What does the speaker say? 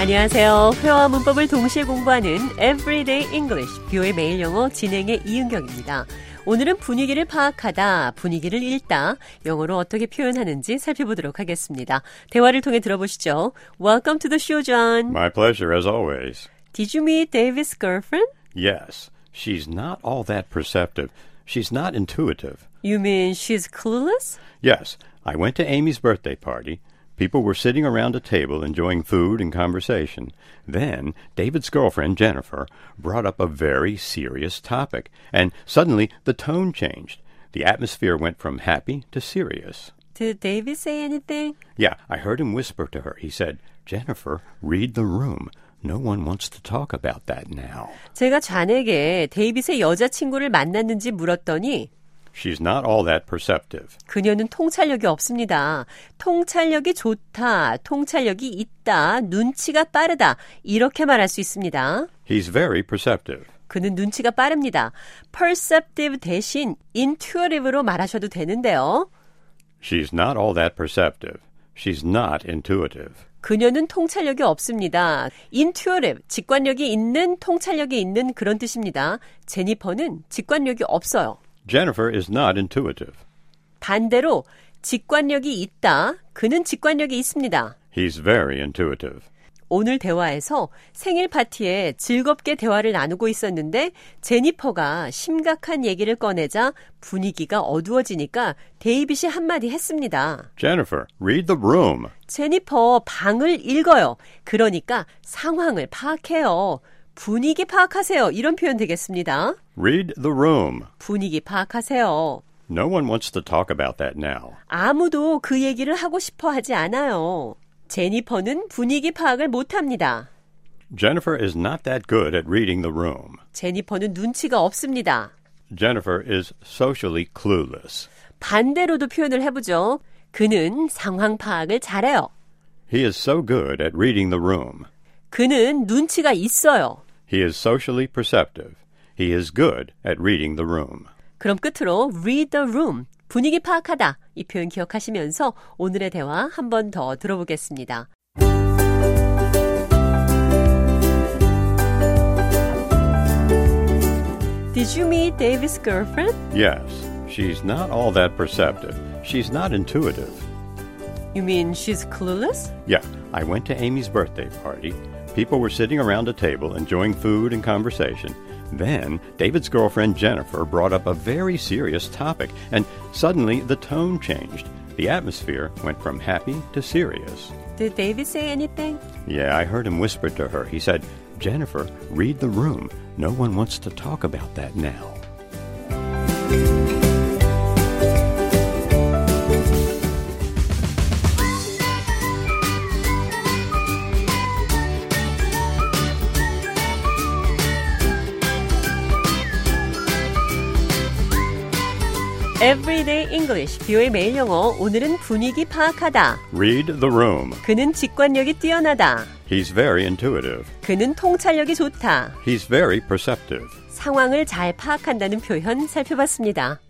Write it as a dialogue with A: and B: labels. A: 안녕하세요. 회화와 문법을 동시에 공부하는 Everyday English, 뷰의 매일 영어 진행의 이은경입니다. 오늘은 분위기를 파악하다, 분위기를 읽다, 영어로 어떻게 표현하는지 살펴보도록 하겠습니다. 대화를 통해 들어보시죠. Welcome to the show, John.
B: My pleasure, as always.
A: Did you meet David's girlfriend?
B: Yes, she's not all that perceptive. She's not intuitive.
A: You mean she's clueless?
B: Yes, I went to Amy's birthday party. People were sitting around a table enjoying food and conversation. Then David's girlfriend, Jennifer, brought up a very serious topic, and suddenly the tone changed. The atmosphere went from happy to serious.
A: Did David say anything?
B: Yeah, I heard him whisper to her. He said, Jennifer, read the room. No one wants to talk about that now.
A: 제가 잔에게 데이빗의 여자친구를 만났는지 물었더니
B: She's not all that perceptive.
A: 그녀는 통찰력이 없습니다. 통찰력이 좋다, 통찰력이 있다, 눈치가 빠르다. 이렇게 말할 수 있습니다.
B: He's very perceptive.
A: 그는 눈치가 빠릅니다. perceptive 대신 intuitive로 말하셔도 되는데요.
B: She's not all that perceptive. She's not intuitive.
A: 그녀는 통찰력이 없습니다. intuitive, 직관력이 있는, 통찰력이 있는 그런 뜻입니다. 제니퍼는 직관력이 없어요.
B: Jennifer is not intuitive.
A: 반대로 직관력이 있다. 그는 직관력이 있습니다.
B: He's very intuitive.
A: 오늘 대화에서 생일 파티에 즐겁게 대화를 나누고 있었는데 제니퍼가 심각한 얘기를 꺼내자 분위기가 어두워지니까 데이빗이 한마디 했습니다.
B: Jennifer, read the room.
A: 제니퍼 방을 읽어요. 그러니까 상황을 파악해요. 분위기 파악하세요. 이런 표현 되겠습니다.
B: Read the room.
A: 분위기 파악하세요.
B: No one wants to talk about that now.
A: 아무도 그 얘기를 하고 싶어 하지 않아요. 제니퍼는 분위기 파악을 못 합니다.
B: Jennifer is not that good at reading the room.
A: 제니퍼는 눈치가 없습니다.
B: Jennifer is socially clueless.
A: 반대로도 표현을 해보죠. 그는 상황 파악을 잘해요.
B: He is so good at reading the room.
A: 그는 눈치가 있어요.
B: He is socially perceptive. He is good at reading the room.
A: 그럼 끝으로 read the room. 분위기 파악하다. 이 표현 기억하시면서 오늘의 대화 한 번 더 들어보겠습니다. Did you meet David's girlfriend?
B: Yes, she's not all that perceptive. She's not intuitive.
A: You mean she's clueless?
B: Yeah, I went to Amy's birthday party. People were sitting around a table enjoying food and conversation. Then, David's girlfriend Jennifer brought up a very serious topic, and suddenly the tone changed. The atmosphere went from happy to serious.
A: Did David say anything?
B: Yeah, I heard him whisper to her. He said, Jennifer, read the room. No one wants to talk about that now.
A: Everyday English, 뷰의 매일 영어. 오늘은 분위기 파악하다.
B: Read the room.
A: 그는 직관력이 뛰어나다.
B: He's very intuitive.
A: 그는 통찰력이 좋다.
B: He's very perceptive.
A: 상황을 잘 파악한다는 표현 살펴봤습니다.